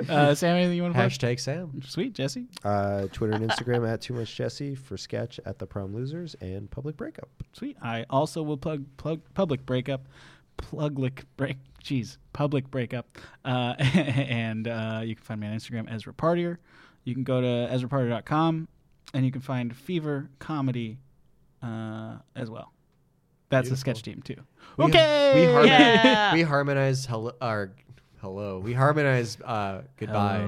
Uh, Sam, anything you want to plug? Hashtag Sam. Sweet, Jesse. Uh, Twitter and Instagram at Too Much Jesse for sketch at the Prom Losers and Public Breakup. Sweet. I also will plug plug public breakup, pluglic break. Jeez, public breakup. Uh, and uh, you can find me on Instagram Ezra Partier. You can go to EzraPartier.com, and you can find Fever Comedy uh, as well. That's the sketch team too. We- okay. We, harmon- Yeah. we harmonize hello. Our, hello. We harmonize uh, goodbye.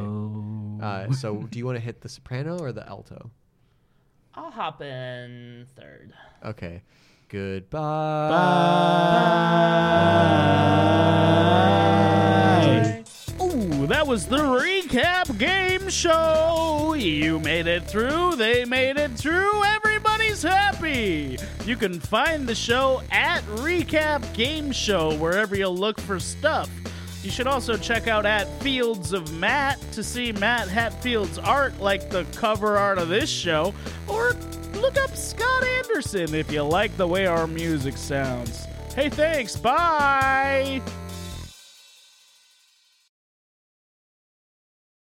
Uh, so, do you want to hit the soprano or the alto? I'll hop in third. Okay. Goodbye. Ooh, that was the recap game show. You made it through. They made it through. Everybody's happy. You can find the show at Recap Game Show wherever you look for stuff. You should also check out at Fields of Matt to see Matt Hatfield's art, like the cover art of this show, or look up Scott Anderson if you like the way our music sounds. Hey, thanks. Bye.